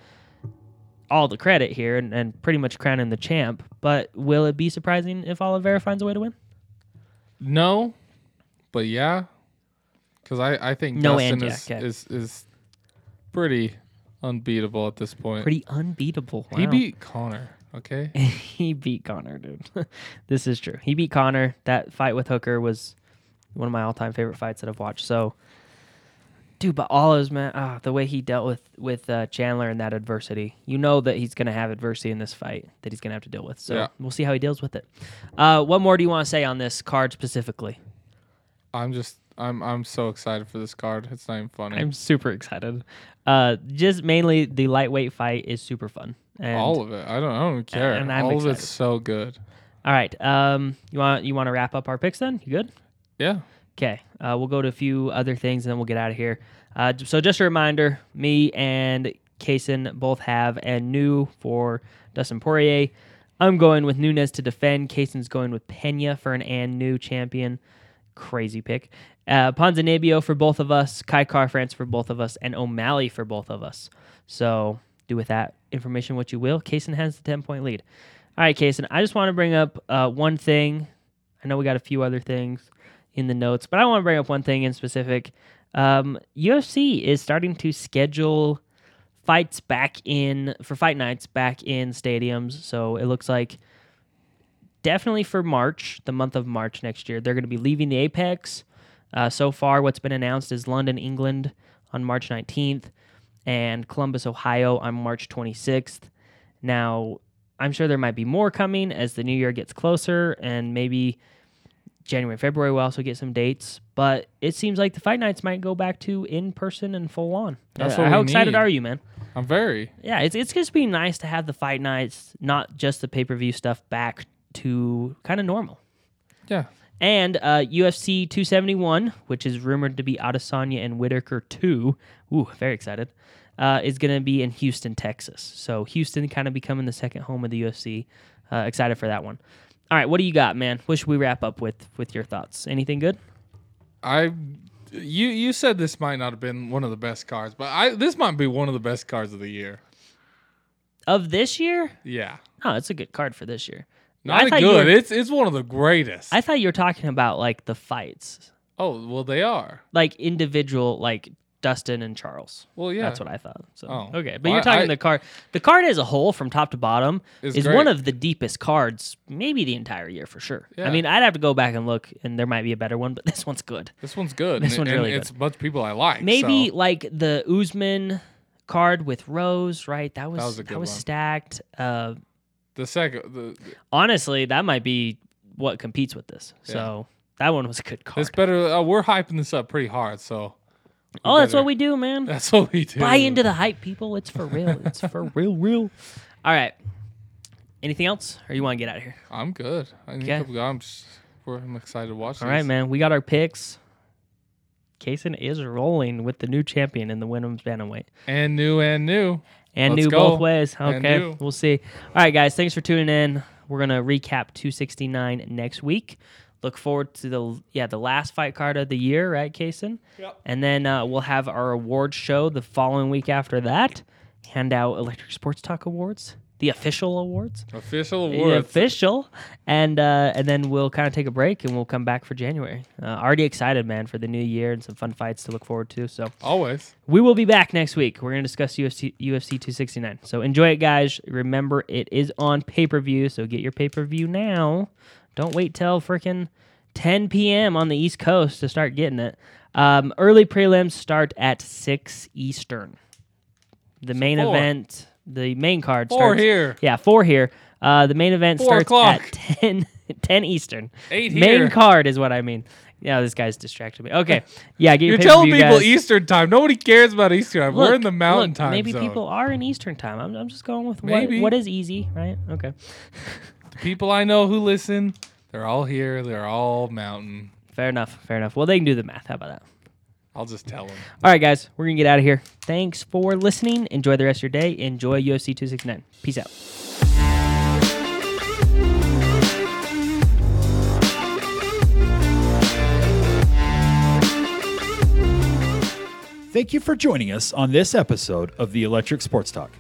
all the credit here and, and pretty much crowning the champ, but will it be surprising if Oliveira finds a way to win? no, but yeah, because I I think No, Dustin and yeah, is, okay. is is pretty unbeatable at this point. Pretty unbeatable. Wow. He beat Connor. <laughs> Okay. he beat Connor, dude. <laughs> this is true. He beat Connor. That fight with Hooker was one of my all-time favorite fights that I've watched. So, dude, but all those man, ah, the way he dealt with with uh, Chandler and that adversity, you know that he's gonna have adversity in this fight that he's gonna have to deal with. So Yeah. we'll see how he deals with it. Uh, what more do you want to say on this card specifically? I'm just I'm I'm so excited for this card. It's not even funny. I'm super excited. Uh, just mainly the lightweight fight is super fun. And, all of it. I don't I don't even care. and I'm all of excited. it's so good. all right. Um, you want you want to wrap up our picks then? You good? Yeah. Okay, uh, we'll go to a few other things and then we'll get out of here. Uh, j- so, just a reminder me and Kaysen both have a new for Dustin Poirier. I'm going with Nunez to defend. Kaysen's going with Pena for an and new champion. Crazy pick. Uh, Ponzinibbio for both of us, Kai Car France for both of us, and O'Malley for both of us. So, do with that information what you will. Kaysen has the 10 point lead. All right, Kaysen, I just want to bring up uh, one thing. I know we got a few other things in the notes, but I want to bring up one thing in specific. Um, UFC is starting to schedule fights back in for fight nights back in stadiums. So it looks like definitely for March, the month of March next year, they're going to be leaving the Apex. Uh, so far, what's been announced is London, England on March 19th and Columbus, Ohio on March 26th. Now, I'm sure there might be more coming as the new year gets closer and maybe January and February we'll also get some dates, but it seems like the fight nights might go back to in person and full on. That's Uh, what How we excited need. are you, man? I'm very. Yeah, it's it's just be nice to have the fight nights, not just the pay per view stuff, back to kind of normal. Yeah. And uh, UFC 271, which is rumored to be Adesanya and Whitaker 2, ooh, very excited, uh, is going to be in Houston, Texas. So Houston kind of becoming the second home of the UFC. Uh, excited for that one. All right, what do you got, man? What should we wrap up with with your thoughts? Anything good? I you you said this might not have been one of the best cards, but I this might be one of the best cards of the year. Of this year? Yeah. Oh, it's a good card for this year. Not I thought you good. were- It's it's one of the greatest. I thought you were talking about like the fights, oh well, they are. like individual, like Dustin and Charles. Well, yeah. That's what I thought. So Oh. okay, but Well, you're talking I- the card. The card as a whole, from top to bottom, Is is great. one of the deepest cards, maybe the entire year for sure. I Yeah. mean, I'd have to go back and look, and there might be a better one, but <laughs> this one's good. This one's good. This and, one's and really It's a bunch of people I like. Maybe so- like the Usman card with Rose, right? That was that was, was a good one. stacked. Uh, the second, the, honestly, that might be what competes with this. Yeah. So that one was a good card. it's better. Uh, we're hyping this up pretty hard, so <laughs> oh, that's better. what we do, man. that's what we do. Buy into the hype, people. It's for real. It's <laughs> for real, real. All right. Anything else, or you want to get out of here? I'm good. I think Okay. I'm, I'm just. We're, I'm excited to watch. All right, this. man. We got our picks. Kaysen is rolling with the new champion in the women's bantamweight. And new and new. And Let's new go. both ways. And Okay, new. we'll see. All right, guys. Thanks for tuning in. We're gonna recap 269 next week. Look forward to the yeah the last fight card of the year, right, Kaysen? Yep. And then uh, we'll have our award show the following week after that. Hand out Electric Sports Talk awards, the official awards. Official Yeah, awards. official, and uh, and then we'll kind of take a break and we'll come back for January. Uh, already excited, man, for the new year and some fun fights to look forward to. So Always. we will be back next week. We're gonna discuss UFC UFC 269. So enjoy it, guys. Remember, it is on pay per view, so get your pay per view now. Don't wait till frickin' 10 p.m. on the East Coast to start getting it. Um, early prelims start at six Eastern. The main four. event, the main card Four starts here. yeah, four here. Uh, the main event Four starts o'clock. at <laughs> 10, 10 Eastern. Eight main here. card is what I mean. Yeah, this guy's distracted me. <laughs> Okay, yeah, get your You're telling pay-per-view, people guys. Eastern time. Nobody cares about Eastern time. Look, We're in the mountain look, time Maybe zone. people are in Eastern time. I'm, I'm just going with what, Maybe. what is easy, right? Okay, The people I know who listen, they're all here. They're all mountain. fair enough, fair enough. Well, they can do the math. How about that? I'll just tell them. All right, guys, we're gonna get out of here. Thanks for listening. Enjoy the rest of your day. Enjoy UFC 269. Peace out. Thank you for joining us on this episode of the Electric Sports Talk.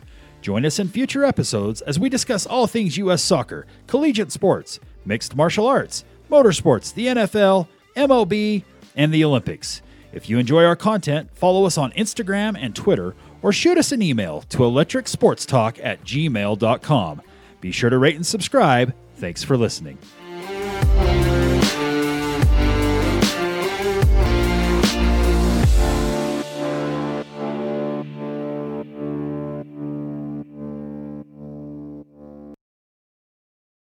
Join us in future episodes as we discuss all things U.S. soccer, collegiate sports, mixed martial arts, motorsports, the NFL, MLB, and the Olympics. If you enjoy our content, follow us on Instagram and Twitter or shoot us an email to electricsportstalk at gmail.com. Be sure to rate and subscribe. Thanks for listening.